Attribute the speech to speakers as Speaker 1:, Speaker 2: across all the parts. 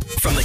Speaker 1: the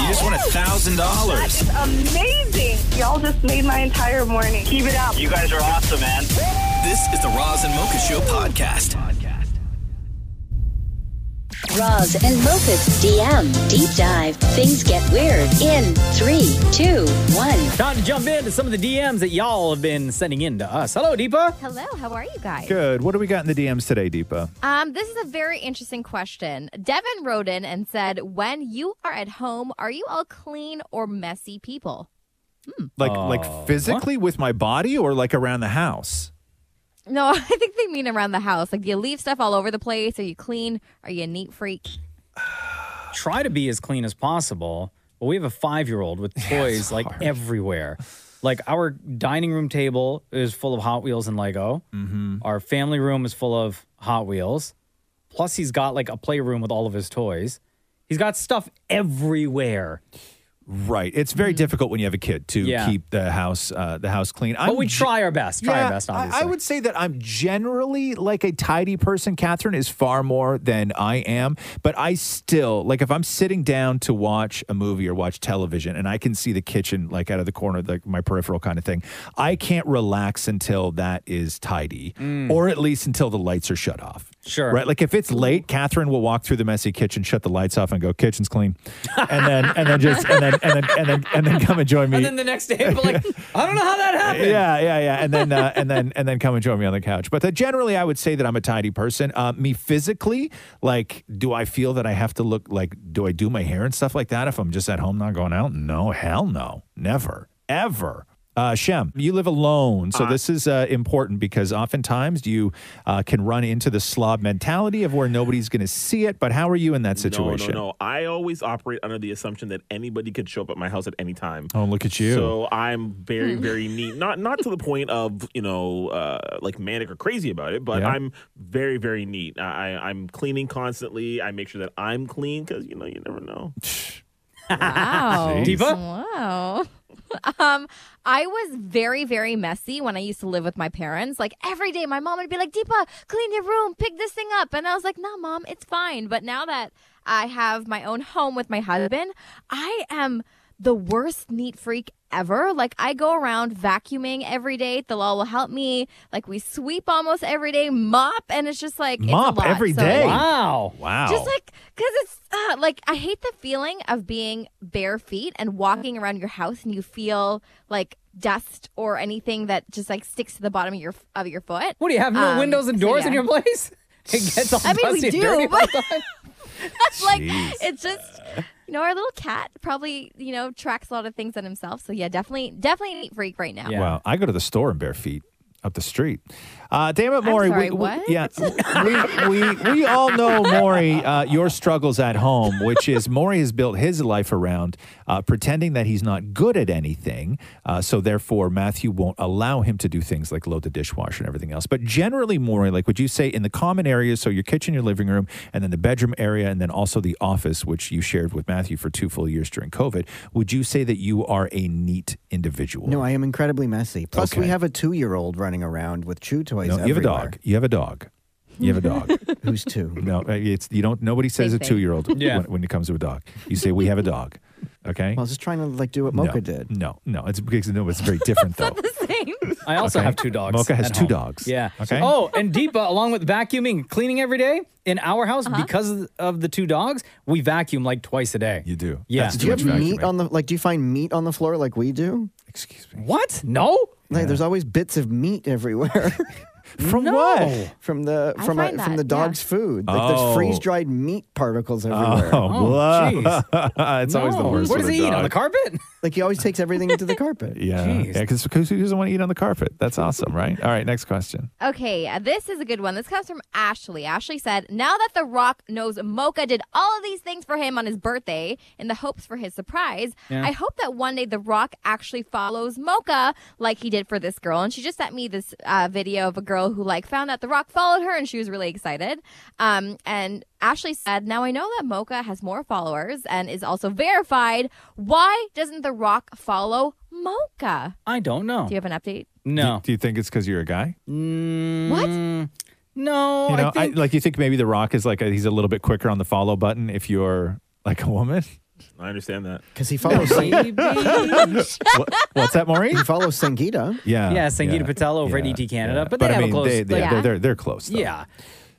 Speaker 1: You just won a thousand dollars.
Speaker 2: Amazing. Y'all just made my entire morning. Keep it up.
Speaker 3: You guys are awesome, man.
Speaker 1: This is the Roz and Mocha Show podcast.
Speaker 4: Roz and Mocha's DM deep dive. Things get weird in three, two, one.
Speaker 5: Time to jump into some of the DMs that y'all have been sending in to us. Hello, Deepa.
Speaker 6: Hello, how are you guys?
Speaker 7: Good. What do we got in the DMs today, Deepa?
Speaker 6: Um, this is a very interesting question. Devin wrote in and said, "When you are at home, are you all clean or messy people?"
Speaker 7: Like
Speaker 5: Uh,
Speaker 7: like physically with my body or like around the house?
Speaker 6: No, I think they mean around the house. Like, do you leave stuff all over the place? Are you clean? Are you a neat freak?
Speaker 5: Try to be as clean as possible, but we have a five year old with toys like everywhere. Like our dining room table is full of Hot Wheels and Lego. Our family room is full of Hot Wheels. Plus, he's got like a playroom with all of his toys. He's got stuff everywhere.
Speaker 7: Right. It's very difficult when you have a kid to
Speaker 5: Mm. Yeah.
Speaker 7: keep the house uh, the house clean.
Speaker 5: But
Speaker 7: I'm
Speaker 5: we
Speaker 7: ge-
Speaker 5: try our best. Try
Speaker 7: yeah,
Speaker 5: our best,
Speaker 7: I-
Speaker 5: obviously.
Speaker 7: I, would say that I'm generally like a tidy person. Catherine is far more than I am, but I still like if I'm sitting down to watch a movie or watch television and I can see the kitchen like out of the corner, like my peripheral kind of thing. I can't relax until that is tidy, or at least until the lights are shut off.
Speaker 5: Mm. Sure.
Speaker 7: Right. Like if it's late, Catherine will walk through the messy kitchen, shut the lights off, and go, "Kitchen's clean," and then and then just and then and then and then, and then come and join me.
Speaker 5: And then the next day, but like, I don't know how that happened.
Speaker 7: Yeah, yeah, yeah. And then uh, and then and then come and join me on the couch. But uh, generally, I would say that I'm a tidy person. Uh, me physically, like, do I feel that I have to look like? Do I do my hair and stuff like that if I'm just at home not going out? No, hell no, never, ever. Uh, Shem, you live alone, so this is uh, important because oftentimes you uh, can run into the slob mentality of where nobody's going to see it. But how are you in that situation?
Speaker 8: No, no, no. I always operate under the assumption that anybody could show up at my house at any time.
Speaker 7: Oh, look at you!
Speaker 8: So I'm very, very neat. Not not to the point of you know uh, like manic or crazy about it, but
Speaker 7: Yeah.
Speaker 8: I'm very, very neat. I, I- I'm cleaning constantly. I make sure that I'm clean because you know you never know.
Speaker 6: Wow.
Speaker 7: Jeez.
Speaker 5: Diva?
Speaker 6: Wow. Um, I was very, very messy when I used to live with my parents. Like every day, my mom would be like, Deepa, clean your room, pick this thing up. And I was like, no, mom, it's fine. But now that I have my own home with my husband, I am the worst neat freak ever. Like I go around vacuuming every day. Thalal will help me. Like we sweep almost every day, mop, and it's just like
Speaker 7: Mop
Speaker 6: it's a lot.
Speaker 7: every
Speaker 6: So,
Speaker 7: day?
Speaker 5: Wow.
Speaker 7: wow,
Speaker 6: just
Speaker 5: Oh.
Speaker 6: like, because it's uh, like, I hate the feeling of being bare feet and walking around your house and you feel like dust or anything that just like sticks to the bottom of your of your foot.
Speaker 5: What do you have? No
Speaker 6: Um,
Speaker 5: windows and
Speaker 6: so
Speaker 5: doors in
Speaker 6: yeah.
Speaker 5: your place? It gets all
Speaker 6: I mean, we
Speaker 5: dusty and
Speaker 6: do,
Speaker 5: dirty all
Speaker 6: but-
Speaker 5: the time.
Speaker 6: like,
Speaker 7: Jeez.
Speaker 6: it's just, you know, our little cat probably, you know, tracks a lot of things on himself. So yeah, definitely, definitely a neat freak right now.
Speaker 5: Yeah.
Speaker 7: Wow, I go to the store in bare feet up the street. Uh, damn it, Maury.
Speaker 6: sorry,
Speaker 7: we,
Speaker 6: what?
Speaker 7: We, yeah, we, we, we all know, Maury, uh, your struggles at home, which is Maury has built his life around uh, pretending that he's not good at anything. Uh, so, therefore, Matthew won't allow him to do things like load the dishwasher and everything else. But generally, Maury, like, would you say in the common areas, so your kitchen, your living room, and then the bedroom area, and then also the office, which you shared with Matthew for two full years during COVID, would you say that you are a neat individual?
Speaker 9: No, I am incredibly messy. Plus, we
Speaker 7: Okay.
Speaker 9: have a two-year-old running around with chew toys.
Speaker 7: No, you have a
Speaker 9: everywhere.
Speaker 7: dog. You have a dog. You have a dog.
Speaker 9: Who's two?
Speaker 7: no, uh, it's you don't. Nobody says
Speaker 6: Same
Speaker 7: a
Speaker 6: thing.
Speaker 7: two-year-old
Speaker 5: Yeah.
Speaker 7: when, when it comes to a dog. You say we have a dog. Okay.
Speaker 9: I was just trying to like do what Mocha
Speaker 7: no,
Speaker 9: did.
Speaker 7: No, no, it's because no, it's very different though.
Speaker 6: Same.
Speaker 5: I also
Speaker 7: Okay.
Speaker 5: have two dogs.
Speaker 7: Mocha has
Speaker 5: at
Speaker 7: two
Speaker 5: home.
Speaker 7: dogs.
Speaker 5: Yeah.
Speaker 7: Okay.
Speaker 5: Oh, and Deepa, along with vacuuming, cleaning every day in our house,
Speaker 6: Uh-huh.
Speaker 5: because of the two dogs, we vacuum like twice a day.
Speaker 7: You do.
Speaker 5: Yeah.
Speaker 7: That's
Speaker 9: Do you
Speaker 7: too
Speaker 9: have
Speaker 7: much
Speaker 9: meat
Speaker 7: vacuuming.
Speaker 9: on the like? Do you find meat on the floor like we do?
Speaker 7: Excuse me.
Speaker 5: What? No.
Speaker 9: Like, there's always bits of meat everywhere. From what? From the
Speaker 6: I
Speaker 9: from a,
Speaker 6: find
Speaker 9: from the
Speaker 6: that, yeah.
Speaker 9: dog's food. Like there's
Speaker 7: Oh.
Speaker 9: freeze dried meat particles everywhere.
Speaker 7: whoa. it's always the
Speaker 5: Oh, No.
Speaker 7: worst.
Speaker 5: What
Speaker 7: with
Speaker 5: does
Speaker 7: a
Speaker 5: he eat on
Speaker 7: dog.
Speaker 5: the carpet?
Speaker 9: Like he always takes everything to the carpet.
Speaker 7: Yeah,
Speaker 5: Jeez.
Speaker 7: yeah, because who doesn't want to eat on the carpet? That's awesome, right? All right, next question.
Speaker 6: Okay, uh, this is a good one. This comes from Ashley. Ashley said, Now that The Rock knows Mocha did all of these things for him on his birthday in the hopes for his surprise,
Speaker 5: Yeah.
Speaker 6: I hope that one day The Rock actually follows Mocha like he did for this girl. And she just sent me this uh, video of a girl who like found out The Rock followed her and she was really excited. Um, and Ashley said, Now I know that Mocha has more followers and is also verified. Why doesn't The Rock follow Mocha?
Speaker 5: I don't know.
Speaker 6: Do you have an update?
Speaker 5: No.
Speaker 7: Do you think it's because you're a guy?
Speaker 6: What?
Speaker 5: No.
Speaker 7: you know,
Speaker 5: I think
Speaker 7: like you think maybe The Rock is like a, he's a little bit quicker on the follow button if you're like a woman.
Speaker 8: I understand that.
Speaker 9: Because he follows Sang-
Speaker 5: maybe.
Speaker 7: What, what's that, Maureen?
Speaker 9: he follows Sangeeta.
Speaker 7: Yeah,
Speaker 5: Yeah, Sangeeta Patel over at ET Canada, but they
Speaker 7: I
Speaker 5: have a
Speaker 7: mean,
Speaker 5: close-
Speaker 7: They, they,
Speaker 6: like-
Speaker 7: they're, they're they're close. Though.
Speaker 5: yeah.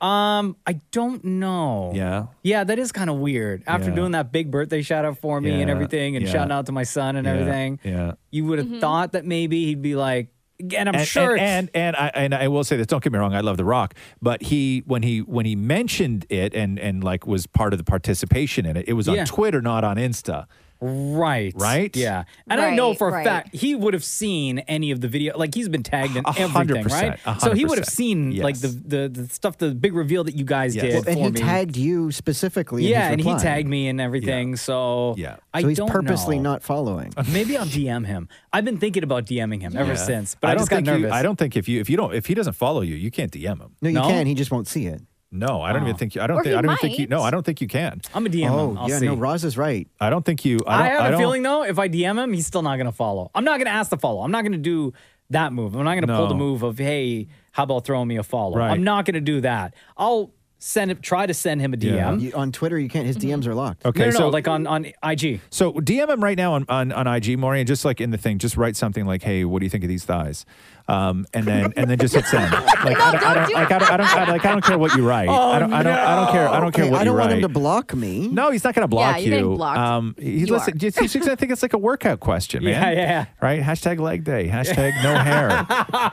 Speaker 5: Um, I don't know.
Speaker 7: yeah.
Speaker 5: Yeah, that is kind of weird. After
Speaker 7: Yeah.
Speaker 5: doing that big birthday shout out for me and
Speaker 7: Yeah,
Speaker 5: everything, and
Speaker 7: yeah.
Speaker 5: shouting out to my son and
Speaker 7: yeah,
Speaker 5: everything,
Speaker 7: Yeah.
Speaker 5: you would have
Speaker 6: Mm-hmm.
Speaker 5: thought that maybe he'd be like, and I'm
Speaker 7: and,
Speaker 5: sure.
Speaker 7: And and, and I and I will say this. Don't get me wrong. I love The Rock, but he when he when he mentioned it and and like was part of the participation in it. It was on
Speaker 5: Yeah.
Speaker 7: Twitter, not on Insta.
Speaker 5: Right.
Speaker 7: Right?
Speaker 5: Yeah. And I know
Speaker 6: Right,
Speaker 5: for a
Speaker 6: right.
Speaker 5: fact he would have seen any of the video. Like he's been tagged in
Speaker 7: A hundred
Speaker 5: everything,
Speaker 7: percent,
Speaker 5: right?
Speaker 7: a
Speaker 5: So
Speaker 7: hundred
Speaker 5: he would have
Speaker 7: percent.
Speaker 5: seen like the,
Speaker 7: Yes.
Speaker 5: the the stuff, the big reveal that you guys
Speaker 7: Yes.
Speaker 5: did.
Speaker 7: Well,
Speaker 9: And
Speaker 5: for
Speaker 9: he
Speaker 5: me.
Speaker 9: tagged you specifically.
Speaker 5: Yeah,
Speaker 9: in
Speaker 5: and
Speaker 9: his
Speaker 5: he
Speaker 9: reply.
Speaker 5: tagged me and everything. So
Speaker 7: Yeah.
Speaker 5: I
Speaker 9: So he's
Speaker 5: don't
Speaker 9: purposely
Speaker 5: know.
Speaker 9: not following.
Speaker 5: Maybe I'll DM him. I've been thinking about DMing him ever
Speaker 7: Yeah.
Speaker 5: since, but I,
Speaker 7: don't
Speaker 5: just got
Speaker 7: think
Speaker 5: nervous.
Speaker 7: You, I don't think if you if you don't if he doesn't follow you, you can't DM him.
Speaker 9: No, you
Speaker 5: No?
Speaker 9: can. He just won't see it.
Speaker 7: No, I
Speaker 5: Oh.
Speaker 7: don't even think you. I don't
Speaker 6: Or
Speaker 7: think.
Speaker 6: he
Speaker 7: I don't even think you.
Speaker 6: might.
Speaker 7: No, I don't think you can.
Speaker 5: I'm a DM
Speaker 9: oh,
Speaker 5: him. I'll
Speaker 9: yeah.
Speaker 5: see.
Speaker 9: No, Roz is right.
Speaker 7: I don't think you. I,
Speaker 5: I,
Speaker 7: don't, I
Speaker 5: have a
Speaker 7: don't,
Speaker 5: feeling though, if I DM him, he's still not going to follow. I'm not going to ask to follow. I'm not going to do that move. I'm not going to pull the
Speaker 7: No.
Speaker 5: move of hey, how about throwing me a follow?
Speaker 7: Right.
Speaker 5: I'm not going to do that. I'll send him, try to send him a DM.
Speaker 7: Yeah.
Speaker 5: No,
Speaker 9: You, on Twitter, you can't. His
Speaker 6: Mm-hmm.
Speaker 9: DMs are locked.
Speaker 7: Okay,
Speaker 5: no, no,
Speaker 7: so
Speaker 5: like on on IG.
Speaker 7: So DM him right now on, on, on IG, Maury, and just like in the thing, just write something like, "Hey, what do you think of these thighs?" Um, and then and then just hit send. Like I don't, I don't, like I don't, I don't, I, like I don't care what you
Speaker 5: Oh,
Speaker 7: write. I don't, I don't, I don't care. I don't care
Speaker 9: Okay,
Speaker 7: what
Speaker 9: I don't
Speaker 7: you
Speaker 9: want
Speaker 7: write.
Speaker 9: him to block me.
Speaker 7: no, he's not going to block
Speaker 6: you're getting
Speaker 7: you.
Speaker 6: blocked.
Speaker 7: Um, he's
Speaker 6: You
Speaker 7: listen.
Speaker 6: are.
Speaker 7: Just, just- I think it's like a workout question, man.
Speaker 5: Yeah, yeah.
Speaker 7: Right? Hashtag leg day. Hashtag no hair.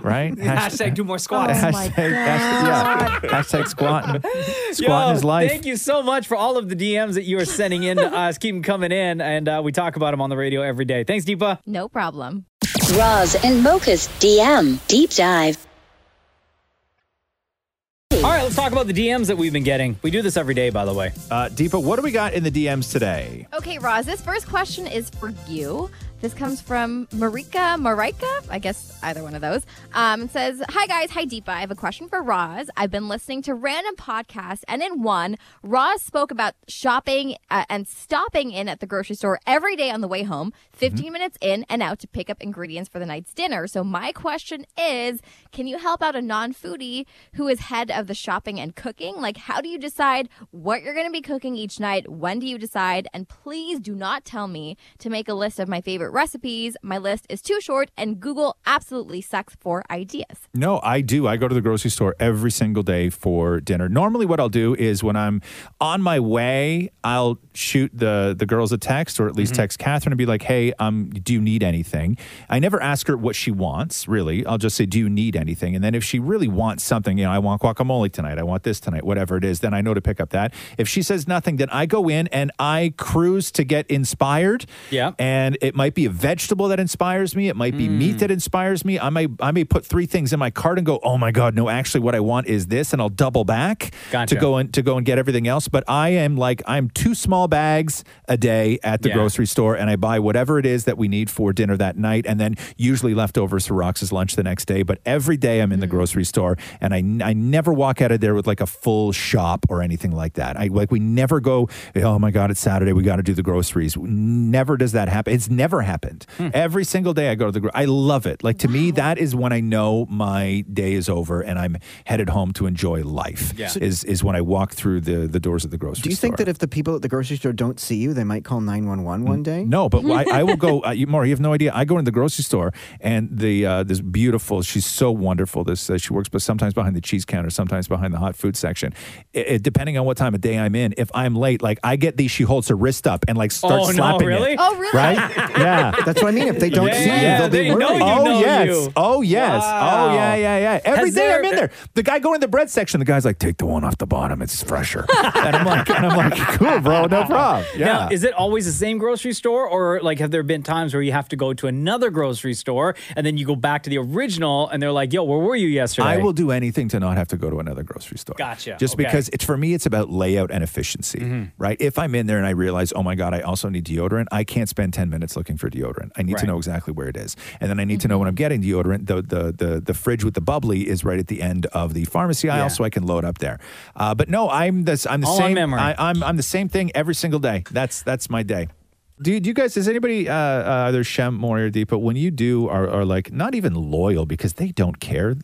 Speaker 7: Right?
Speaker 5: Hashtag do more squats.
Speaker 7: hashtag, hashtag, yeah. hashtag squatting. Squatting
Speaker 5: Yo,
Speaker 7: is life.
Speaker 5: Thank you so much for all of the DMs that you are sending in to us. Keep them coming in, and uh, we talk about them on the radio every day. Thanks, Deepa.
Speaker 6: No problem.
Speaker 4: Roz and Mocha's DM Deep Dive.
Speaker 5: All right, let's talk about the DMs that we've been getting. We do this every day, by the way.
Speaker 7: Uh, Deepa, what do we got in the DMs today?
Speaker 6: Okay, Roz, this first question is for you. This comes from Marika Marika, I guess either one of those. Um, it says, Hi guys, hi Deepa. I have a question for Roz. I've been listening to random podcasts, and in one, Roz spoke about shopping uh, and stopping in at the grocery store every day on the way home, 15 minutes in and out to pick up ingredients for the night's dinner. So, my question is can you help out a non foodie who is head of the shopping and cooking? Like, how do you decide what you're going to be cooking each night? When do you decide? And please do not tell me to make a list of my favorite recipes. My list is too short, and Google absolutely sucks for ideas.
Speaker 7: No, I do. I go to the grocery store every single day for dinner. Normally, what I'll do is when I'm on my way, I'll shoot the the girls a text, or at least text Catherine and be like, "Hey, um, do you need anything?" I never ask her what she wants. Really, I'll just say, "Do you need anything?" And then if she really wants something, you know, I want guacamole tonight. I want this tonight. Whatever it is, then I know to pick up that. If she says nothing, then I go in and I cruise to get inspired.
Speaker 5: Yeah.
Speaker 7: And it might be a vegetable that inspires me. It might be meat
Speaker 5: Mm.
Speaker 7: that inspires me. I may I may put three things in my cart and go, oh my God, no, actually what I want is this, and I'll double back
Speaker 5: Gotcha.
Speaker 7: to go and to go and get everything else. But I am like I'm two small bags a day at the
Speaker 5: Yeah.
Speaker 7: grocery store and I buy whatever it is that we need for dinner that night and then usually leftovers for Rox's lunch the next day. But every day I'm in the grocery store and I, I never walk out of there with like a full shop or anything like that. I like we never go, oh my God, it's Saturday, we gotta do the groceries. Never does that happen. It's never happened. Every single day I go to the gro- I love it. Like to me, that is when I know my day is over and I'm headed home to enjoy life.
Speaker 5: Yeah.
Speaker 7: Is is when I walk through the, the doors of the grocery store.
Speaker 9: Do you think that if the people at the grocery store don't see you, they might call 911
Speaker 5: Mm.
Speaker 9: one day?
Speaker 7: No, but I, I will go. Uh, you, Maura, you have no idea. I go into the grocery store, and the uh, this beautiful. She's so wonderful. This uh, she works, but sometimes behind the cheese counter, sometimes behind the hot food section. It, it- depending on what time of day I'm in, if I'm late, like I get these, she holds her wrist up and like
Speaker 5: Oh,
Speaker 7: starts
Speaker 5: no,
Speaker 7: slapping it.
Speaker 5: really?
Speaker 6: Oh, really?
Speaker 7: Right? yeah, Yeah.
Speaker 9: That's what I mean. If they don't
Speaker 7: Yeah,
Speaker 9: see you,
Speaker 7: yeah,
Speaker 9: they'll
Speaker 7: they
Speaker 9: be worried. Oh,
Speaker 7: know you, know
Speaker 5: yes.
Speaker 7: you. Oh yes.
Speaker 5: Wow.
Speaker 7: Oh yeah, yeah, yeah. Every
Speaker 5: Has
Speaker 7: day
Speaker 5: there-
Speaker 7: I'm in there. The guy going to the bread section, the guy's like, take the one off the bottom, it's fresher. and I'm like, and I'm like, cool, bro, no problem. Yeah.
Speaker 5: Now, is it always the same grocery store, or like have there been times where you have to go to another grocery store and then you go back to the original and they're like, "Yo, where were you yesterday?"
Speaker 7: I will do anything to not have to go to another grocery store.
Speaker 5: Gotcha.
Speaker 7: Just
Speaker 5: Okay. Mm-hmm.
Speaker 7: because it's for me, it's about layout and efficiency, right? If I'm in there and I realize, oh my God, I also need deodorant, I can't spend 10 minutes looking for deodorant. I need to
Speaker 5: Right. Mm-hmm.
Speaker 7: know exactly where it is. And then I need to know when I'm getting deodorant. The, the, the, the fridge with the bubbly is right at the end of the pharmacy aisle,
Speaker 5: Yeah.
Speaker 7: so I can load up there. Uh, but no, I'm the, I'm the
Speaker 5: All on
Speaker 7: same.
Speaker 5: memory.
Speaker 7: I, I'm, I'm the same thing every single day. That's, that's my day. Do, do you guys, is anybody, uh, uh, either Shem, Maury, or Deepa, when you do are, are like not even loyal because they don't care,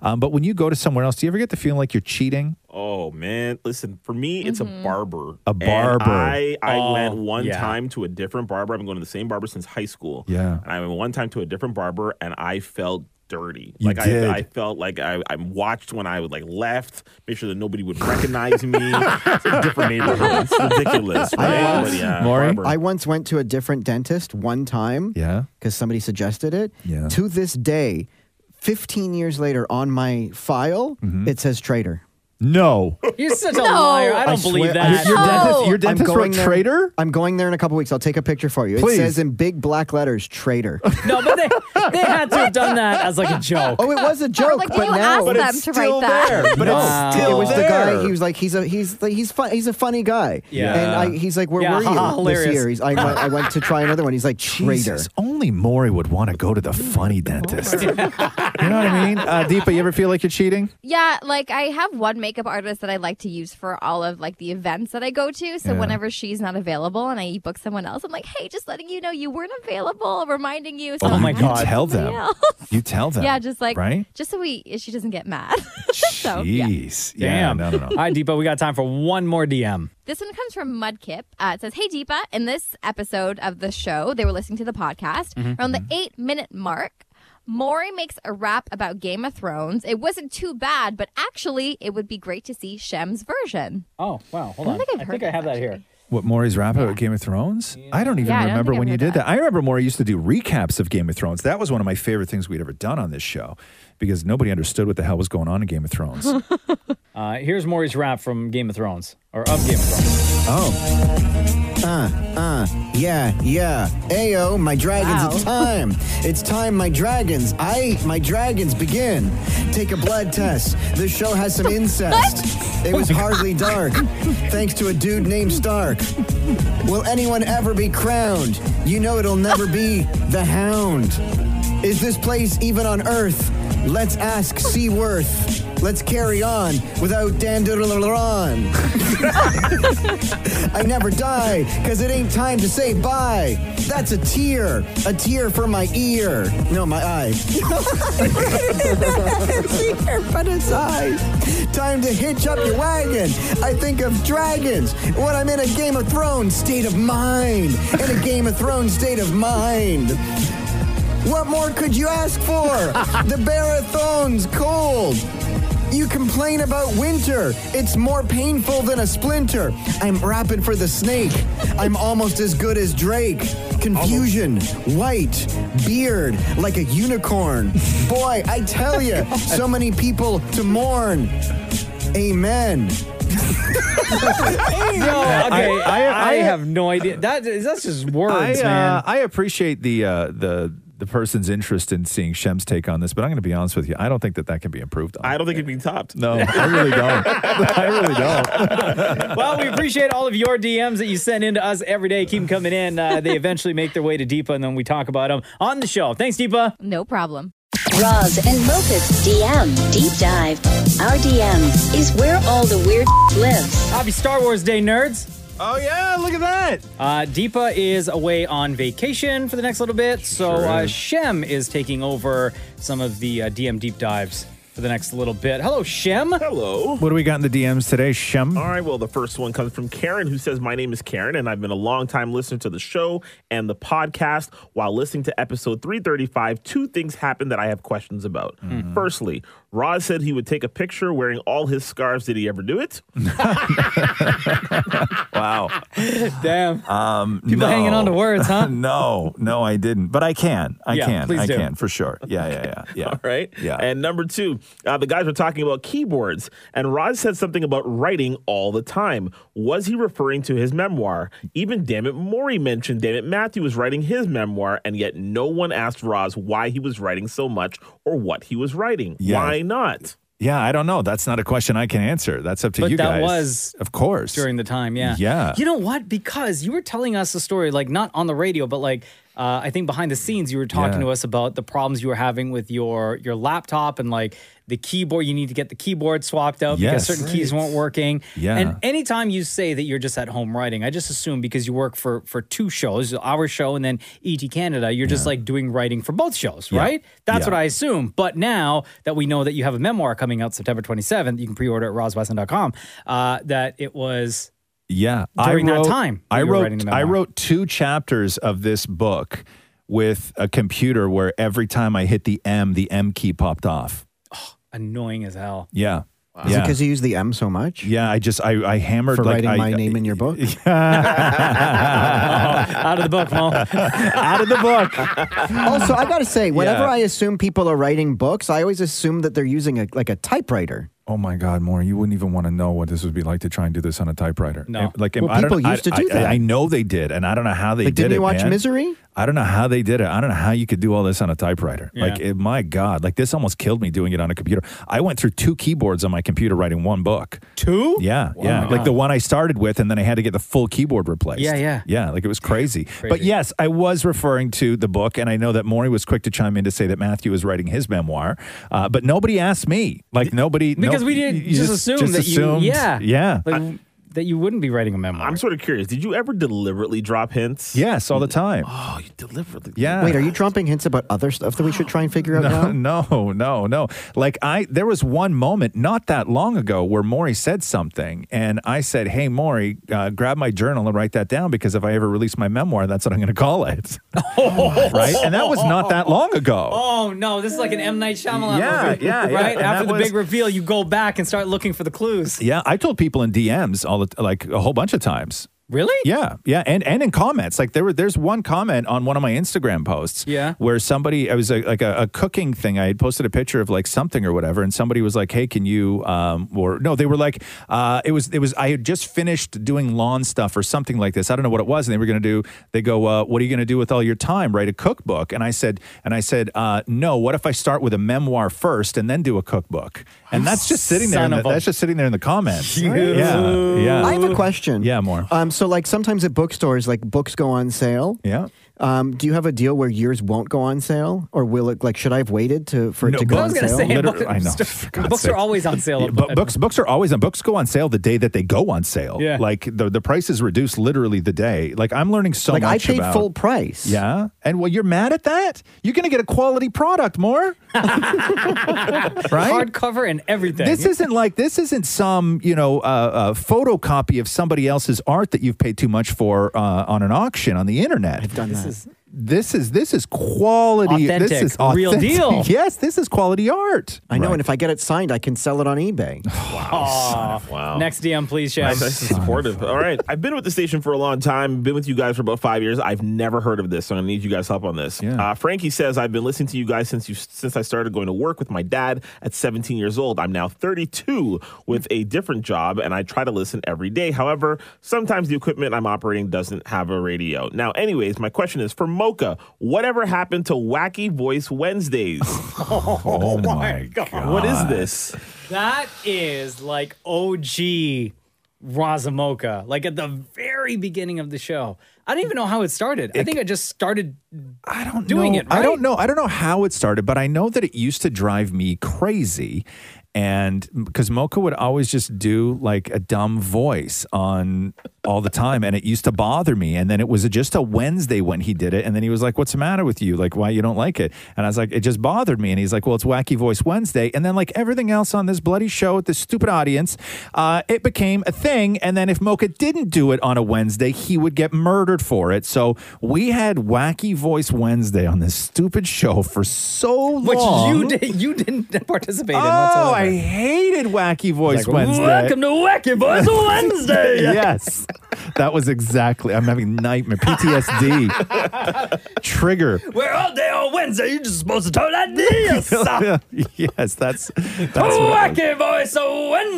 Speaker 7: um, but when you go to somewhere else, do you ever get the feeling like you're cheating?
Speaker 8: Oh man, listen. For me, it's a barber.
Speaker 7: A
Speaker 8: And
Speaker 7: barber.
Speaker 8: I I
Speaker 5: Oh,
Speaker 8: went one
Speaker 5: yeah.
Speaker 8: time to a different barber. I've been going to the same barber since high school.
Speaker 7: Yeah.
Speaker 8: And I went one time to a different barber, and I felt dirty.
Speaker 7: You
Speaker 8: like
Speaker 7: did.
Speaker 8: I, I felt like I, I watched when I would like left, make sure that nobody would recognize me. It's a different neighborhood. It's ridiculous, right? But, yeah,
Speaker 7: Maury?
Speaker 8: barber.
Speaker 9: I once went to a different dentist one time.
Speaker 7: Yeah.
Speaker 9: Because somebody suggested it.
Speaker 7: Yeah.
Speaker 9: To this day, 15 years later, on my file,
Speaker 7: Mm-hmm.
Speaker 9: it says traitor.
Speaker 7: No.
Speaker 5: You're such a liar. I don't
Speaker 9: I
Speaker 5: believe
Speaker 9: swear-
Speaker 5: that.
Speaker 7: Your
Speaker 6: No.
Speaker 7: dentist, your
Speaker 6: I'm
Speaker 7: dentist
Speaker 9: I'm
Speaker 7: wrote
Speaker 9: going there-
Speaker 7: traitor?
Speaker 9: I'm going there in a couple weeks. I'll take a picture for you.
Speaker 7: Please.
Speaker 9: It says in big black letters, traitor.
Speaker 5: no, but they, they had to have done that as like a joke.
Speaker 9: oh, it was a joke,
Speaker 6: like,
Speaker 9: but
Speaker 6: you
Speaker 9: now
Speaker 6: asked them to write that.
Speaker 7: But
Speaker 5: Wow.
Speaker 7: it's still
Speaker 9: it was
Speaker 7: there.
Speaker 9: the guy. He was like, he's a he's like, he's fun. He's a funny guy.
Speaker 5: Yeah.
Speaker 9: And I, he's like, where
Speaker 5: Yeah,
Speaker 9: were you
Speaker 5: haha,
Speaker 9: this
Speaker 5: hilarious.
Speaker 9: year? He's, I, went, I went to try another one. He's like, traitor.
Speaker 7: Jesus, only Maury would want to go to the funny dentist. you know what I mean? Uh, Deepa, you ever feel like you're cheating?
Speaker 6: Yeah, like I have one makeup artist that I like to use for all of like the events that I go to. So
Speaker 7: Yeah.
Speaker 6: whenever she's not available and I book someone else, I'm like, hey, just letting you know you weren't available, reminding you. So
Speaker 5: Oh
Speaker 6: I'm
Speaker 5: my
Speaker 6: like,
Speaker 5: God.
Speaker 7: You tell
Speaker 6: somebody
Speaker 7: them.
Speaker 6: else.
Speaker 7: You tell them.
Speaker 6: Yeah, just like
Speaker 7: Right?
Speaker 6: just so we she doesn't get mad. so yeah.
Speaker 7: Jeez.
Speaker 5: Damn.
Speaker 7: Yeah, no, no,
Speaker 5: All
Speaker 7: no.
Speaker 5: right, Deepa, we got time for one more DM.
Speaker 6: This one comes from Mudkip. Uh, it says, Hey, Deepa, in this episode of the show, they were listening to the podcast. Around the eight minute mark, Maury makes a rap about Game of Thrones. It wasn't too bad, but actually, it would be great to see Shem's version.
Speaker 5: Oh wow, hold
Speaker 6: I
Speaker 5: on.
Speaker 6: don't think I've
Speaker 5: I
Speaker 6: heard
Speaker 5: think I
Speaker 6: this,
Speaker 5: have that here.
Speaker 6: actually.
Speaker 7: What Maury's rap about Game of Thrones? I don't even
Speaker 6: Yeah, I don't
Speaker 7: remember
Speaker 6: think
Speaker 7: when
Speaker 6: I've
Speaker 7: you
Speaker 6: heard
Speaker 7: did that.
Speaker 6: that.
Speaker 7: I remember Maury used to do recaps of Game of Thrones. That was one of my favorite things we'd ever done on this show because nobody understood what the hell was going on in Game of Thrones.
Speaker 5: Uh, here's Maury's rap from Game of Thrones or of Game of Thrones.
Speaker 7: oh,
Speaker 9: Yeah, yeah. Ayo, my dragons, it's
Speaker 6: Wow.
Speaker 9: time. It's time, my dragons. I, my dragons, begin. Take a blood test. This show has some incest. It was hardly dark, thanks to a dude named Stark. Will anyone ever be crowned? You know it'll never be the hound. Is this place even on Earth? Let's ask Seaworth. Let's carry on without Dandelion. I never die, cause it ain't time to say bye. That's a tear, a tear for my ear. No, my eye. tear for his eye. Time to hitch up your wagon. I think of dragons when I'm in a Game of Thrones state of mind. In a Game of Thrones state of mind. What more could you ask for? the Barathone's cold. You complain about winter. It's more painful than a splinter. I'm rapping for the snake. I'm almost as good as Drake. Confusion, white, beard, like a unicorn. Boy, I tell you, so many people to mourn. Amen.
Speaker 5: No, okay, I,
Speaker 7: I- I-
Speaker 5: have no idea. That is that's just
Speaker 7: I,
Speaker 5: words, man.
Speaker 7: uh, I appreciate the, uh, the, the person's interest in seeing Shem's take on this, but I'm going to be honest with you. I don't think that that can be improved on.
Speaker 8: I don't think it'd be topped.
Speaker 7: no, I really don't. I really don't.
Speaker 5: well, we appreciate all of your DMs that you send in to us every day. Keep them coming in. Uh, they eventually make their way to Deepa, and then we talk about them on the show. Thanks, Deepa.
Speaker 6: No problem.
Speaker 4: Roz and Mocha's DM Deep Dive. Our DMs is where all the weird lives.
Speaker 5: Happy Star Wars Day, nerds.
Speaker 7: Oh, yeah, look at that.
Speaker 5: Uh, Deepa is away on vacation for the next little bit, so uh, Shem is taking over some of the uh, DM deep dives for the next little bit. Hello, Shem.
Speaker 8: Hello.
Speaker 7: What do we got in the DMs today, Shem?
Speaker 8: All right. Well, the first one comes from Karen, who says, My name is Karen, and I've been a longtime listener to the show and the podcast. While listening to episode 335, two things happened that I have questions about. Firstly, Roz said he would take a picture wearing all his scarves. Did he ever do it?
Speaker 7: Wow.
Speaker 5: Damn.
Speaker 7: Um,
Speaker 5: People hanging on to words, huh?
Speaker 7: no, no, I didn't. But I can. I
Speaker 5: Yeah,
Speaker 7: can.
Speaker 5: please
Speaker 7: I
Speaker 5: do.
Speaker 7: can for sure. Yeah, yeah, yeah, yeah.
Speaker 8: All right.
Speaker 7: Yeah.
Speaker 8: And number two, uh, the guys were talking about keyboards, and Roz said something about writing all the time. Was he referring to his memoir? Even Damn It Maury mentioned Damn It Matthew was writing his memoir, and yet no one asked Roz why he was writing so much or what he was writing.
Speaker 7: Yeah.
Speaker 8: Why not?
Speaker 7: yeah. I don't know. That's not a question I can answer. That's up to
Speaker 5: But
Speaker 7: you
Speaker 5: that
Speaker 7: guys.
Speaker 5: was
Speaker 7: of course.
Speaker 5: during the time. Yeah.
Speaker 7: Yeah.
Speaker 5: You know what? Because you were telling us a story, like not on the radio, but like uh, I think behind the scenes, you were talking
Speaker 7: Yeah.
Speaker 5: to us about the problems you were having with your your laptop and like the keyboard. You need to get the keyboard swapped out
Speaker 7: Yes.
Speaker 5: because certain keys weren't working.
Speaker 7: Yeah.
Speaker 5: And anytime you say that you're just at home writing, I just assume because you work for for two shows, our show and then ET Canada, you're just like doing writing for both shows, right? That's
Speaker 7: Yeah.
Speaker 5: what I assume. But now that we know that you have a memoir coming out September 27th, you can pre-order at roswesson.com, uh, that it was
Speaker 7: Yeah,
Speaker 5: during
Speaker 7: I
Speaker 5: that
Speaker 7: wrote,
Speaker 5: time that
Speaker 7: I
Speaker 5: you were
Speaker 7: wrote
Speaker 5: writing the
Speaker 7: I
Speaker 5: memoir.
Speaker 7: wrote two chapters of this book with a computer where every time I hit the M, the M key popped off.
Speaker 5: annoying as hell.
Speaker 7: Yeah.
Speaker 9: Is it
Speaker 7: Yeah.
Speaker 9: because you use the M so much?
Speaker 7: Yeah, I just I, I hammered
Speaker 9: For
Speaker 7: like
Speaker 9: writing
Speaker 7: I, uh,
Speaker 9: my name in your book?
Speaker 5: Out of the book, Mo.
Speaker 7: out of the book.
Speaker 9: also, I gotta say, whenever
Speaker 7: Yeah.
Speaker 9: I assume people are writing books, I always assume that they're using a like a typewriter.
Speaker 7: Oh my God, Maureen, you wouldn't even want to know what this would be like to try and do this on a typewriter.
Speaker 5: No.
Speaker 7: If- like if-
Speaker 9: Well,
Speaker 7: I don't-
Speaker 9: people
Speaker 7: I-
Speaker 9: used to do
Speaker 7: I- I-
Speaker 9: that.
Speaker 7: I know they did, and I don't know how they
Speaker 9: Like,
Speaker 7: did
Speaker 9: didn't
Speaker 7: it.
Speaker 9: you watch
Speaker 7: man.
Speaker 9: Misery?
Speaker 7: I don't know how they did it. I don't know how you could do all this on a typewriter. Like,
Speaker 5: Yeah.
Speaker 7: it, my God, like this almost killed me doing it on a computer. I went through two keyboards on my computer writing one book.
Speaker 5: Two?
Speaker 7: Yeah, yeah. Like the one I started with, and then I had to get the full keyboard replaced.
Speaker 5: Yeah, yeah.
Speaker 7: Yeah, like it was crazy. But yes, I was referring to the book, and I know that Maury was quick to chime in to say that Matthew is writing his memoir, uh, but nobody asked me. Like nobody.
Speaker 5: Because
Speaker 7: no-
Speaker 5: we didn't
Speaker 7: you
Speaker 5: just, assume
Speaker 7: just
Speaker 5: that
Speaker 7: assumed-
Speaker 5: you, yeah,
Speaker 7: Yeah. Uh,
Speaker 5: Like, that you wouldn't be writing a memoir.
Speaker 8: I'm sort of curious. Did you ever deliberately drop hints?
Speaker 7: Yes, all the time.
Speaker 8: Oh, you deliberately.
Speaker 7: Yeah.
Speaker 9: Wait, are you dropping hints about other stuff that we should try and figure out now?
Speaker 7: no, no, no. Like I, there was one moment not that long ago where Maury said something, and I said, "Hey, Maury, uh, grab my journal and write that down because if I ever release my memoir, that's what I'm going to call it." right? And that was not that long ago.
Speaker 5: Oh no! This is like an M Night Shyamalan
Speaker 7: Yeah,
Speaker 5: movie,
Speaker 7: yeah, yeah.
Speaker 5: right?
Speaker 7: And
Speaker 5: After
Speaker 7: that
Speaker 5: the
Speaker 7: was-
Speaker 5: big reveal, you go back and start looking for the clues.
Speaker 7: Yeah, I told people in DMs all the, like a whole bunch of times.
Speaker 5: Really?
Speaker 7: Yeah, yeah, and and in comments, like there were there's one comment on one of my Instagram posts,
Speaker 5: Yeah.
Speaker 7: where somebody I was a, like a, a cooking thing. I had posted a picture of like something or whatever, and somebody was like, "Hey, can you?" Um, or no, they were like, uh, "It was it was I had just finished doing lawn stuff or something like this. I don't know what it was." And they were gonna do. They go, uh, "What are you gonna do with all your time? Write a cookbook?" And I said, and I said, uh, "No. What if I start with a memoir first and then do a cookbook?" And that's just sitting there.
Speaker 5: Son
Speaker 7: In the,
Speaker 5: of a-
Speaker 7: that's just sitting there in the comments.
Speaker 5: You-
Speaker 7: Yeah, yeah.
Speaker 9: I have a question.
Speaker 7: Yeah, more.
Speaker 9: Um, so like sometimes at bookstores, like books go on sale.
Speaker 7: yeah.
Speaker 9: Um, do you have a deal where yours won't go on sale, or will it? Like, should I have waited to for it
Speaker 7: No,
Speaker 9: to
Speaker 7: but
Speaker 9: go
Speaker 5: I
Speaker 9: on
Speaker 5: was gonna
Speaker 9: sale?
Speaker 5: say
Speaker 7: Liter-
Speaker 5: books-
Speaker 7: I know, for God's
Speaker 5: Books
Speaker 7: sake.
Speaker 5: are always on sale.
Speaker 7: Yeah,
Speaker 5: at-
Speaker 7: but
Speaker 5: at-
Speaker 7: books books are always on books go on sale the day that they go on sale.
Speaker 5: Yeah.
Speaker 7: Like the the price is reduced literally the day. Like I'm learning so
Speaker 9: like, I
Speaker 7: much
Speaker 9: paid
Speaker 7: about
Speaker 9: full price.
Speaker 7: Yeah. And well you're mad at that? You're gonna get a quality product more. right?
Speaker 5: hardcover and everything.
Speaker 7: This isn't like this isn't some you know uh, uh, photocopy of somebody else's art that you've paid too much for uh, on an auction on the internet. I've done
Speaker 5: This is
Speaker 7: This is this is quality.
Speaker 5: Authentic.
Speaker 7: This is
Speaker 5: Real
Speaker 7: authentic.
Speaker 5: deal.
Speaker 7: Yes, this is quality art.
Speaker 9: I know. And if I get it signed, I can sell it on eBay.
Speaker 8: Wow.
Speaker 5: next DM, please, Shem.
Speaker 8: Nice, nice and supportive. All right. I've been with the station for a long time, been with you guys for about five years. I've never heard of this, so I'm going to need you guys' help on this.
Speaker 7: Yeah.
Speaker 8: Uh, Frankie says, I've been listening to you guys since you since I started going to work with my dad at 17 years old. I'm now 32 with a different job, and I try to listen every day. However, sometimes the equipment I'm operating doesn't have a radio. Now, anyways, my question is for Mocha, whatever happened to Wacky Voice Wednesdays?
Speaker 7: Oh,
Speaker 5: my God.
Speaker 8: what is this?
Speaker 5: That is like OG Razamoka, like at the very beginning of the show. I don't even know how it started. I think I just started.
Speaker 7: I don't
Speaker 5: doing
Speaker 7: know.
Speaker 5: it,
Speaker 7: I
Speaker 5: right?
Speaker 7: don't know. I don't know how it started, but I know that it used to drive me crazy. And because Mocha would always just do like a dumb voice on all the time, and it used to bother me. And then it was just a Wednesday when he did it, and then he was like, "What's the matter with you? Like, why you don't like it?" And I was like, "It just bothered me." And he's like, "Well, it's Wacky Voice Wednesday." And then like everything else on this bloody show with this stupid audience, uh, it became a thing. And then if Mocha didn't do it on a Wednesday, he would get murdered for it. So we had Wacky Voice Wednesday on this stupid show for so long.
Speaker 5: Which you did you didn't participate in whatsoever.
Speaker 7: Oh, I hated Wacky Voice
Speaker 5: Like,
Speaker 7: Wednesday.
Speaker 5: Welcome to Wacky Boys Wednesday.
Speaker 7: yes, that was exactly. I'm having nightmare PTSD trigger.
Speaker 5: Where all day on Wednesday, you're just supposed to talk ideas.
Speaker 7: yes, that's that's what it was.
Speaker 5: Voice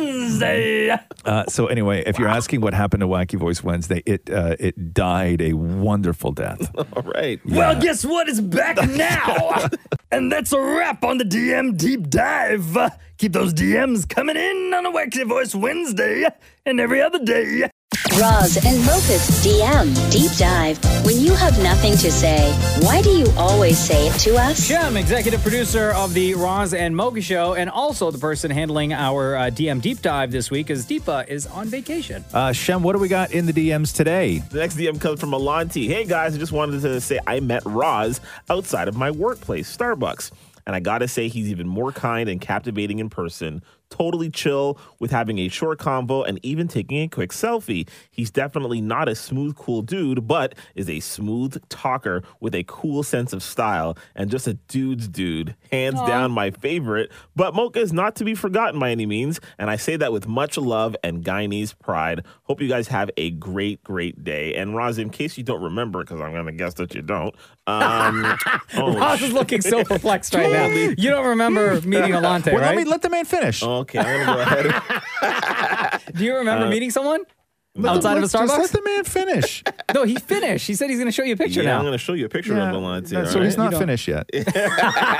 Speaker 5: Wednesday.
Speaker 7: Uh, so anyway, if you're asking what happened to Wacky Voice Wednesday, it uh, it died a wonderful death.
Speaker 8: All right.
Speaker 5: Well, guess what? It's back now. and that's a wrap on the DM deep dive. Keep those DMs coming in on a Wacky Voice Wednesday and every other day.
Speaker 4: Roz and Mocha's DM Deep Dive. When you have nothing to say, why do you always say it to us?
Speaker 5: Shem, executive producer of the Roz and Mocha Show, and also the person handling our uh, DM deep dive this week, is Deepa is on vacation.
Speaker 7: Uh, Shem, what do we got in the DMs today?
Speaker 8: The next DM comes from Alanti. Hey guys, I just wanted to say I met Roz outside of my workplace, Starbucks. And I gotta say, he's even more kind and captivating in person. Totally chill with having a short convo and even taking a quick selfie. He's definitely not a smooth, cool dude, but is a smooth talker with a cool sense of style and just a dude's dude. Hands down, my favorite. But Mocha is not to be forgotten by any means. And I say that with much love and Guyanese pride. Hope you guys have a great, great day. And Roz, in case you don't remember, because I'm going to guess that you don't. Um, oh,
Speaker 5: Roz
Speaker 8: sh-
Speaker 5: is looking so perplexed right now. You don't remember meeting Alante,
Speaker 7: Well,
Speaker 5: right?
Speaker 7: let me let the man finish.
Speaker 8: okay, I'm going to go ahead.
Speaker 5: Do you
Speaker 8: Uh,
Speaker 5: remember meeting someone outside of a
Speaker 7: Let's just
Speaker 5: Starbucks?
Speaker 7: let the man finish.
Speaker 5: no, he finished. He said he's going to show you a picture
Speaker 8: Yeah,
Speaker 5: now.
Speaker 8: I'm going to show you a picture
Speaker 7: Yeah,
Speaker 8: of Alante.
Speaker 7: that-
Speaker 8: all
Speaker 7: so he's
Speaker 8: right?
Speaker 7: not finished yet.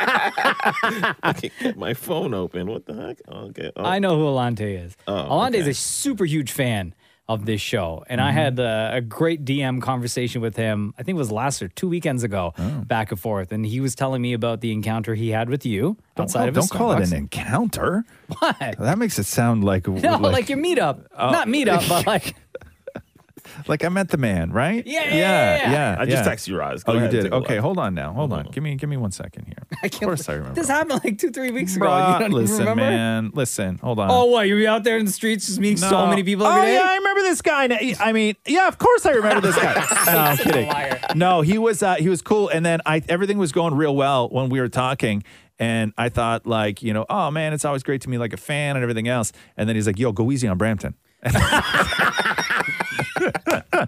Speaker 8: I can't get my phone open. What the heck? Okay. oh,
Speaker 5: I know who Alante is.
Speaker 7: Oh,
Speaker 5: Alante is a super huge fan of this show. And
Speaker 7: Mm-hmm.
Speaker 5: I had uh, a great DM conversation with him, I think it was last or two weekends ago,
Speaker 7: Oh.
Speaker 5: back and forth. And he was telling me about the encounter he had with you
Speaker 7: Don't,
Speaker 5: outside
Speaker 7: call,
Speaker 5: of a
Speaker 7: don't call it
Speaker 5: Starbucks.
Speaker 7: an encounter.
Speaker 5: What?
Speaker 7: That makes it sound like
Speaker 5: No,
Speaker 7: like, Oh.
Speaker 5: like, your meetup. Not meetup, but like,
Speaker 7: like I met the man, right?
Speaker 5: Yeah, yeah,
Speaker 7: yeah,
Speaker 5: yeah, yeah.
Speaker 7: yeah.
Speaker 8: I just
Speaker 7: yeah.
Speaker 8: texted you, Roz. Go
Speaker 7: Oh, you
Speaker 8: ahead and
Speaker 7: did.
Speaker 8: take a
Speaker 7: Okay,
Speaker 8: look. Uh-huh.
Speaker 7: hold on now. Hold on. Give me give me one second here.
Speaker 5: I
Speaker 7: of
Speaker 5: can't
Speaker 7: course, I
Speaker 5: believe-
Speaker 7: remember.
Speaker 5: This happened like two, three weeks ago.
Speaker 7: Bruh,
Speaker 5: you don't
Speaker 7: listen,
Speaker 5: even remember?
Speaker 7: man. Listen, hold on.
Speaker 5: Oh, what? You were out there in the streets just meeting so many people every
Speaker 7: oh,
Speaker 5: day?
Speaker 7: yeah, I remember this guy. Now- I mean, yeah, of course I remember this guy. no, I'm
Speaker 5: Such a
Speaker 7: kidding.
Speaker 5: liar.
Speaker 7: No, he was uh, he was cool, and then I everything was going real well when we were talking, and I thought like you know, oh man, it's always great to meet like a fan and everything else, and then he's like, yo, go easy on Brampton.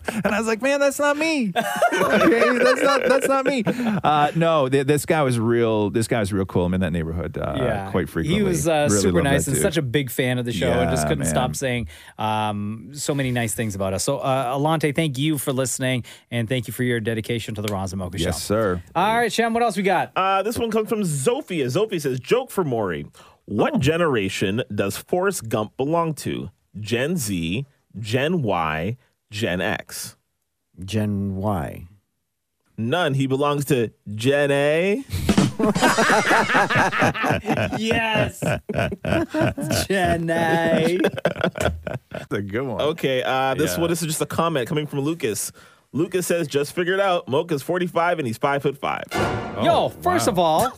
Speaker 7: And I was like, man, that's not me. Okay, that's not that's not me. Uh, no, th- this guy was real. This guy was real cool. I'm in that neighborhood uh, quite frequently.
Speaker 5: He was uh,
Speaker 7: Really
Speaker 5: super
Speaker 7: love
Speaker 5: nice
Speaker 7: that
Speaker 5: and
Speaker 7: dude.
Speaker 5: such a big fan of the show and just
Speaker 7: Yeah,
Speaker 5: couldn't
Speaker 7: man.
Speaker 5: stop saying um, so many nice things about us. So, uh, Alante, thank you for listening and thank you for your dedication to the Razamoka
Speaker 7: yes,
Speaker 5: show.
Speaker 7: sir.
Speaker 5: All right, Shem, what else we got?
Speaker 8: Uh, this one comes from Zofia. Zofia says, "Joke for Maury. What
Speaker 5: Oh.
Speaker 8: generation does Forrest Gump belong to? Gen Z, Gen Y, Gen X?
Speaker 10: Gen Y.
Speaker 8: None. He belongs to Gen A.
Speaker 5: yes. Chennai.
Speaker 7: That's a good one.
Speaker 8: Okay. Uh, this
Speaker 7: Yeah.
Speaker 8: one. This is just a comment coming from Lucas. Lucas says, "Just figured out. Mocha's 45 and he's five foot five.
Speaker 7: Oh,
Speaker 5: Yo, first of all,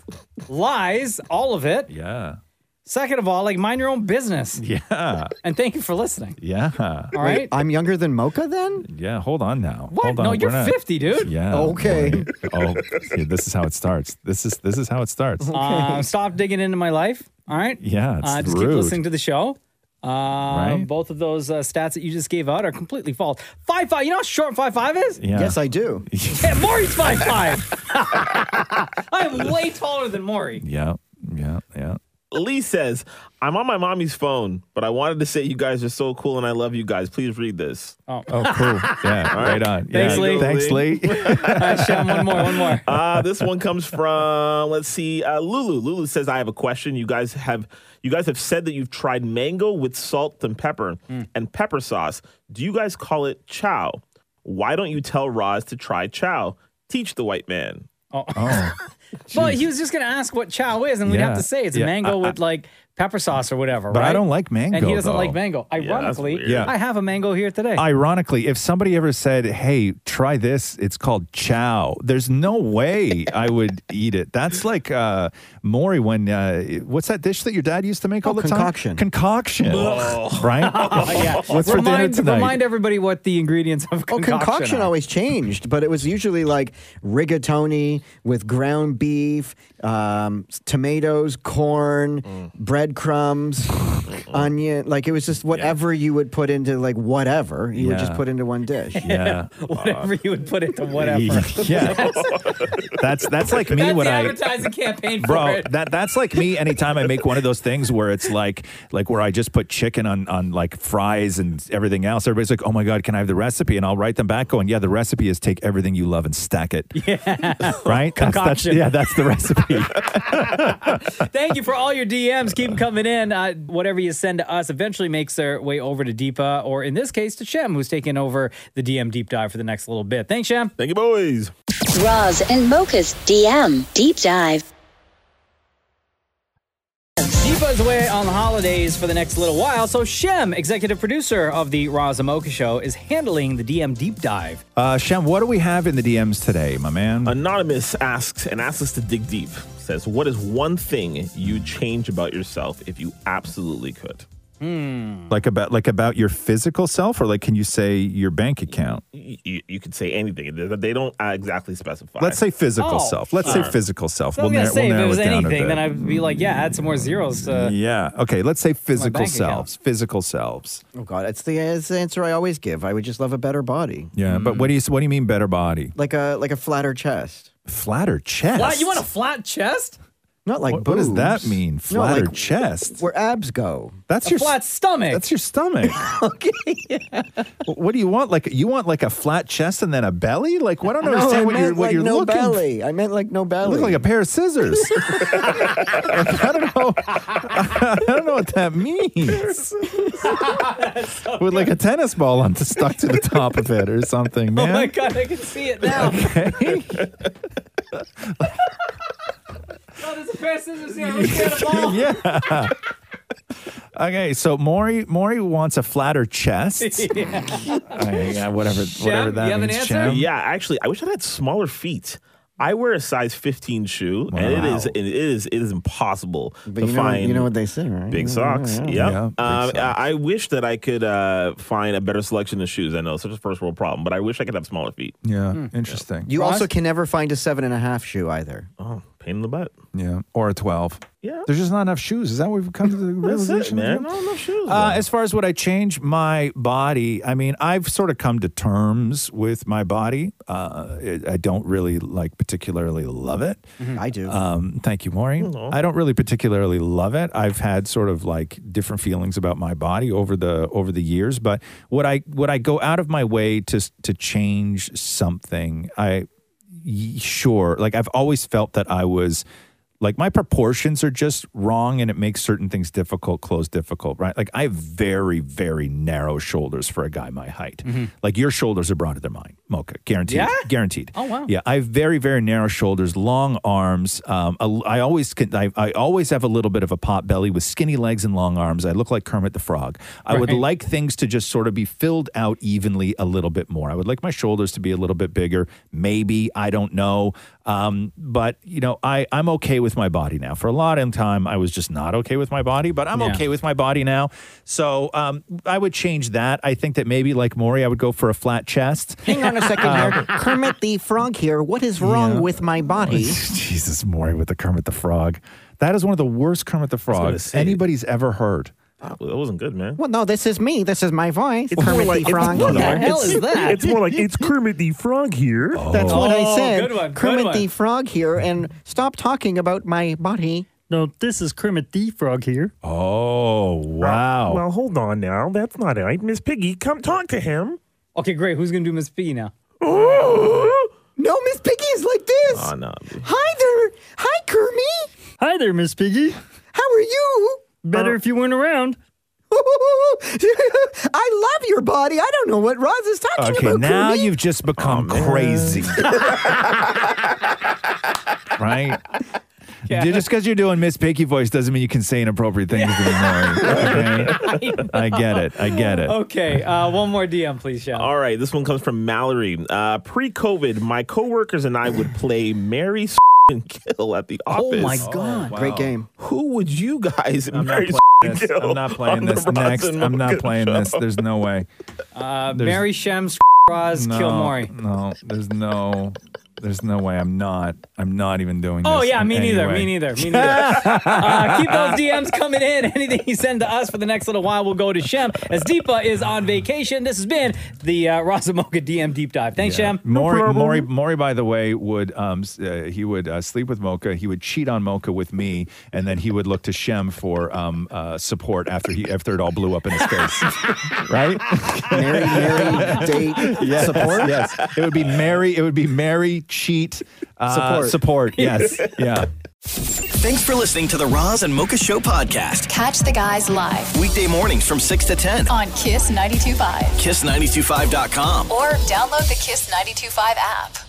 Speaker 5: lies, all of it.
Speaker 7: Yeah.
Speaker 5: Second of all, like mind your own business.
Speaker 7: Yeah.
Speaker 5: And thank you for listening.
Speaker 7: Yeah.
Speaker 5: All right.
Speaker 10: I'm younger than Mocha then?
Speaker 7: Yeah. Hold on now.
Speaker 5: what?
Speaker 7: Hold on.
Speaker 5: no,
Speaker 7: We're
Speaker 5: you're
Speaker 7: not-
Speaker 5: 50, dude.
Speaker 7: Yeah.
Speaker 10: Okay.
Speaker 7: boy. Oh, yeah, this is how it starts. This is this is how it starts.
Speaker 5: Uh, stop digging into my life. All right.
Speaker 7: Yeah, it's
Speaker 5: uh, just
Speaker 7: rude.
Speaker 5: keep listening to the show. Uh,
Speaker 7: Right?
Speaker 5: Both of those uh, stats that you just gave out are completely false. Five five. You know how short five five is?
Speaker 7: Yeah.
Speaker 10: Yes, I do.
Speaker 5: Yeah, Maury's five five. I'm way taller than Maury.
Speaker 7: Yeah. Yeah. Yeah.
Speaker 8: Lee says, "I'm on my mommy's phone, but I wanted to say you guys are so cool and I love you guys. Please read this."
Speaker 7: Oh, cool. Yeah. right on.
Speaker 5: Thanks,
Speaker 7: yeah.
Speaker 5: Lee.
Speaker 7: Thanks, Lee.
Speaker 5: All right, Shem, one more, one more.
Speaker 8: Uh, this one comes from let's see, uh, Lulu. Lulu says, "I have a question. You guys have you guys have said that you've tried mango with salt and pepper
Speaker 5: Mm.
Speaker 8: and pepper sauce. Do you guys call it chow? Why don't you tell Roz to try chow? Teach the white man."
Speaker 7: oh.
Speaker 5: Well, he was just going to ask what chow is, and we'd
Speaker 7: Yeah.
Speaker 5: have to say it's
Speaker 7: Yeah,
Speaker 5: mango
Speaker 7: I- I-
Speaker 5: with like pepper sauce or whatever.
Speaker 7: But I
Speaker 5: right?
Speaker 7: don't like
Speaker 5: And
Speaker 7: mango,
Speaker 5: he doesn't like
Speaker 7: though.
Speaker 5: mango.
Speaker 7: Yeah, that's
Speaker 5: Ironically,
Speaker 7: weird. Yeah.
Speaker 5: I have a mango here today.
Speaker 7: Ironically, if somebody ever said, "Hey, try this," it's called chow. There's no way I would eat it. That's like uh, Maury when uh, what's that dish that your dad used to make all the
Speaker 9: concoction.
Speaker 7: time? Concoction.
Speaker 9: Ugh.
Speaker 7: Concoction. Right?
Speaker 5: Oh, yeah.
Speaker 7: What's for dinner
Speaker 5: remind,
Speaker 7: tonight?
Speaker 5: remind everybody what the ingredients of
Speaker 9: Oh,
Speaker 5: concoction,
Speaker 9: concoction
Speaker 5: are.
Speaker 9: always changed, but it was usually like rigatoni with ground beef, um, s- tomatoes, corn,
Speaker 7: Mm.
Speaker 9: breadcrumbs, onion. Like it was just whatever you would put into like whatever you would just
Speaker 7: Yeah.
Speaker 9: put into one dish.
Speaker 7: Yeah.
Speaker 5: whatever you would put into whatever.
Speaker 7: Yeah. that's that's like me
Speaker 5: That's
Speaker 7: when
Speaker 5: the
Speaker 7: I
Speaker 5: advertising campaign for
Speaker 7: Bro,
Speaker 5: it.
Speaker 7: that that's like me anytime I make one of those things where it's like like where I just put chicken on on like fries and everything else. Everybody's like, "Oh my god, can I have the recipe?" And I'll write them back going, "Yeah, the recipe is take everything you love and stack it." Yeah. Right? That's, that's
Speaker 5: Concoction.
Speaker 7: yeah, that's the recipe.
Speaker 5: Thank you for all your DMs. Keep 'em coming in. Uh, whatever you send to us eventually makes their way over to Deepa, or in this case, to Shem, who's taking over the DM deep dive for the next little bit. Thanks, Shem.
Speaker 11: Thank you, boys.
Speaker 4: Roz and Mocha's DM Deep Dive.
Speaker 5: Deepa's away on the holidays for the next little while, so Shem, executive producer of the Raza Mocha Show, is handling the DM deep dive.
Speaker 7: Uh, Shem, what do we have in the DMs today, my man?
Speaker 11: Anonymous asks and asks us to dig deep. Says, what is one thing you'd change about yourself if you absolutely could?
Speaker 5: Hmm.
Speaker 7: Like about like about your physical self, or like can you say your bank account?
Speaker 11: You, you could say anything. They- They don't uh, exactly specify.
Speaker 7: Let's say physical
Speaker 5: Oh,
Speaker 7: self. Let's
Speaker 11: sure.
Speaker 7: say physical self.
Speaker 5: So I was gonna
Speaker 7: nar-
Speaker 5: say if
Speaker 7: narrow
Speaker 5: it was
Speaker 7: down a
Speaker 5: anything,
Speaker 7: bit.
Speaker 5: then I'd be like, yeah, add some more zeros. uh, To,
Speaker 7: yeah. Okay. Let's say physical
Speaker 5: bank account.
Speaker 7: selves. Physical selves.
Speaker 9: Oh God, it's the, it's the answer I always give. I would just love a better body,
Speaker 7: Yeah. But what do you what do you mean better body?
Speaker 9: like a like a flatter chest,
Speaker 7: Flatter chest.
Speaker 5: Flat, you want a flat chest?
Speaker 9: not like
Speaker 7: What, what does that
Speaker 9: boobs.
Speaker 7: mean?
Speaker 9: No, like
Speaker 7: Flatter chest.
Speaker 9: where abs go.
Speaker 7: That's
Speaker 5: A
Speaker 7: your
Speaker 5: flat stomach.
Speaker 7: That's your stomach.
Speaker 9: okay,
Speaker 7: what do you want? Like you want like a flat chest and then a belly? Like what I don't
Speaker 9: I
Speaker 7: understand what you're
Speaker 9: meant
Speaker 7: what
Speaker 9: like
Speaker 7: you're
Speaker 9: no
Speaker 7: looking for.
Speaker 9: belly. I meant like no
Speaker 7: You
Speaker 9: belly.
Speaker 7: look like a pair of scissors. I don't know. I don't know what that means. With like a tennis ball on stuck to the top of it or something,
Speaker 5: oh
Speaker 7: man.
Speaker 5: my god, I can see it now.
Speaker 7: Okay.
Speaker 5: Oh, there's a pair of scissors here. I'm scared of all.
Speaker 7: yeah. Okay, so Maury Maury wants a flatter chest. Okay, yeah, whatever whatever that
Speaker 5: you have an
Speaker 7: means.
Speaker 5: answer?
Speaker 7: Shem.
Speaker 11: Yeah, actually, I wish I had smaller feet. I wear a size 15 shoe, and it is
Speaker 7: Wow.
Speaker 11: it is it is impossible
Speaker 9: But
Speaker 11: to
Speaker 9: you know,
Speaker 11: find.
Speaker 9: you know what they say, right?
Speaker 11: Big
Speaker 9: Yeah,
Speaker 11: socks.
Speaker 9: yeah,
Speaker 11: Yep.
Speaker 9: yeah.
Speaker 7: Yeah,
Speaker 11: um,
Speaker 7: big socks.
Speaker 11: I I wish that I could uh, find a better selection of shoes. I know it's such a first world problem, but I wish I could have smaller feet.
Speaker 7: Yeah, interesting.
Speaker 9: You also can never find a seven and a half shoe either.
Speaker 11: Oh, pain in the butt.
Speaker 7: Yeah, or a 12.
Speaker 11: Yeah.
Speaker 7: There's just not enough shoes. Is that what we've come to the
Speaker 11: That's it,
Speaker 7: realization?
Speaker 11: man.
Speaker 7: here?
Speaker 11: Not enough shoes.
Speaker 7: Uh,
Speaker 11: man.
Speaker 7: as far as would I change my body, I mean, I've sort of come to terms with my body. Uh, it, I don't really like particularly love it.
Speaker 11: Mm-hmm.
Speaker 9: I do.
Speaker 11: Uh,
Speaker 7: Um, thank you, Maureen. I don't really particularly love it. I've had sort of like different feelings about my body over the over the years, but would I would I go out of my way to s- to change something? I y- sure. Like I've always felt that I was like my proportions are just wrong and it makes certain things difficult, clothes difficult, right? Like I have very, very narrow shoulders for a guy my height. Like your shoulders are broader than mine, Mocha. Guaranteed.
Speaker 5: Mm-hmm. Yeah?
Speaker 7: Guaranteed.
Speaker 5: Oh, wow.
Speaker 7: Yeah, I have very, very narrow shoulders, long arms. Um, a- I always can. I, I always have a little bit of a pot belly with skinny legs and long arms. I look like Kermit the Frog. I would
Speaker 5: Right.
Speaker 7: like things to just sort of be filled out evenly a little bit more. I would like my shoulders to be a little bit bigger. Maybe I don't know. Um, but you know, I I'm okay with my body now. For a lot of time, I was just not okay with my body, but I'm
Speaker 5: Yeah.
Speaker 7: okay with my body now. So um, I would change that. I think that maybe like Maury, I would go for a flat chest. Um,
Speaker 9: Hang on a second here.
Speaker 11: Uh,
Speaker 9: Kermit the Frog here. What is wrong
Speaker 7: Yeah.
Speaker 9: with my body?
Speaker 7: Jesus, Maury with the Kermit the Frog. That is one of the worst Kermit the Frogs
Speaker 11: say.
Speaker 7: anybody's ever heard.
Speaker 11: that wasn't good, man.
Speaker 9: Well, no, this is me. This is my voice.
Speaker 11: It's more
Speaker 9: Kermit
Speaker 11: like-
Speaker 9: the Frog.
Speaker 11: it's-
Speaker 5: What the
Speaker 9: here.
Speaker 5: hell is that?
Speaker 11: It's more like it's Kermit the Frog here.
Speaker 9: That's what I
Speaker 5: Oh,
Speaker 9: said.
Speaker 5: good one, good
Speaker 9: Kermit
Speaker 5: one.
Speaker 9: the Frog here, and stop talking about my body.
Speaker 12: No, this is Kermit the Frog here.
Speaker 7: Oh, wow.
Speaker 11: Well, hold on now. That's not right. Miss Piggy, come talk to him.
Speaker 5: Okay, great. Who's gonna do Miss P now?
Speaker 11: Oh,
Speaker 9: No, Miss Piggy is like this.
Speaker 11: no.
Speaker 9: Hi there. Hi, Kermit.
Speaker 12: Hi there, Miss Piggy.
Speaker 9: How are you?
Speaker 11: Uh,
Speaker 12: Better if you weren't around.
Speaker 9: I love your body. I don't know what Roz is talking
Speaker 7: okay,
Speaker 9: about.
Speaker 7: now
Speaker 9: Kermit.
Speaker 7: you've just
Speaker 6: Oh,
Speaker 7: become crazy. right? Dude, Just because you're doing Miss Piggy voice doesn't mean you can say inappropriate things to me, Maury. Okay? I get it. I get it.
Speaker 5: Okay, uh, one more DM, please, Sean.
Speaker 6: All right, this one comes from Mallory. Uh, Pre-COVID, my coworkers and I would play Mary and Kill at the
Speaker 9: Oh
Speaker 6: office.
Speaker 9: my God. Great game.
Speaker 6: Who would you guys
Speaker 7: I'm not
Speaker 6: marry?
Speaker 7: playing this.
Speaker 6: Kill
Speaker 7: I'm not playing
Speaker 6: on the
Speaker 7: this
Speaker 6: Roz
Speaker 7: next.
Speaker 6: and
Speaker 7: I'm not
Speaker 6: Mocha
Speaker 7: playing this.
Speaker 6: show.
Speaker 7: There's no way.
Speaker 5: Uh,
Speaker 7: There's-
Speaker 5: Mary Shems, Roz,
Speaker 7: no,
Speaker 5: Kilmori.
Speaker 7: No, there's no, there's no way. I'm not. I'm not even doing.
Speaker 5: Oh
Speaker 7: this
Speaker 5: yeah,
Speaker 7: in
Speaker 5: me
Speaker 7: any
Speaker 5: neither.
Speaker 7: way.
Speaker 5: Me neither. Me neither. uh, keep those DMs coming in. Anything you send to us for the next little while, we'll go to Shem. As Deepa is on vacation, this has been the uh, Razamoka DM deep dive. Thanks, Shem.
Speaker 7: Maury, Maury, Maury, by the way, would um, s- uh, he would uh, sleep with Mocha. He would cheat on Mocha with me, and then he would look to Shem for um, uh, support after he after it all blew up in his face. right?
Speaker 9: Marry, marry, date,
Speaker 7: yes,
Speaker 9: support?
Speaker 7: Yes, it would be Mary. It would be Mary cheat uh,
Speaker 1: Support.
Speaker 7: Support. Yes. Yeah.
Speaker 1: Thanks for listening to the Roz and Mocha Show podcast.
Speaker 13: Catch the guys live
Speaker 1: Weekday mornings from 6 to 10.
Speaker 13: on Kiss 92.5
Speaker 1: Kiss925.com.
Speaker 13: or download the Kiss 92.5 app.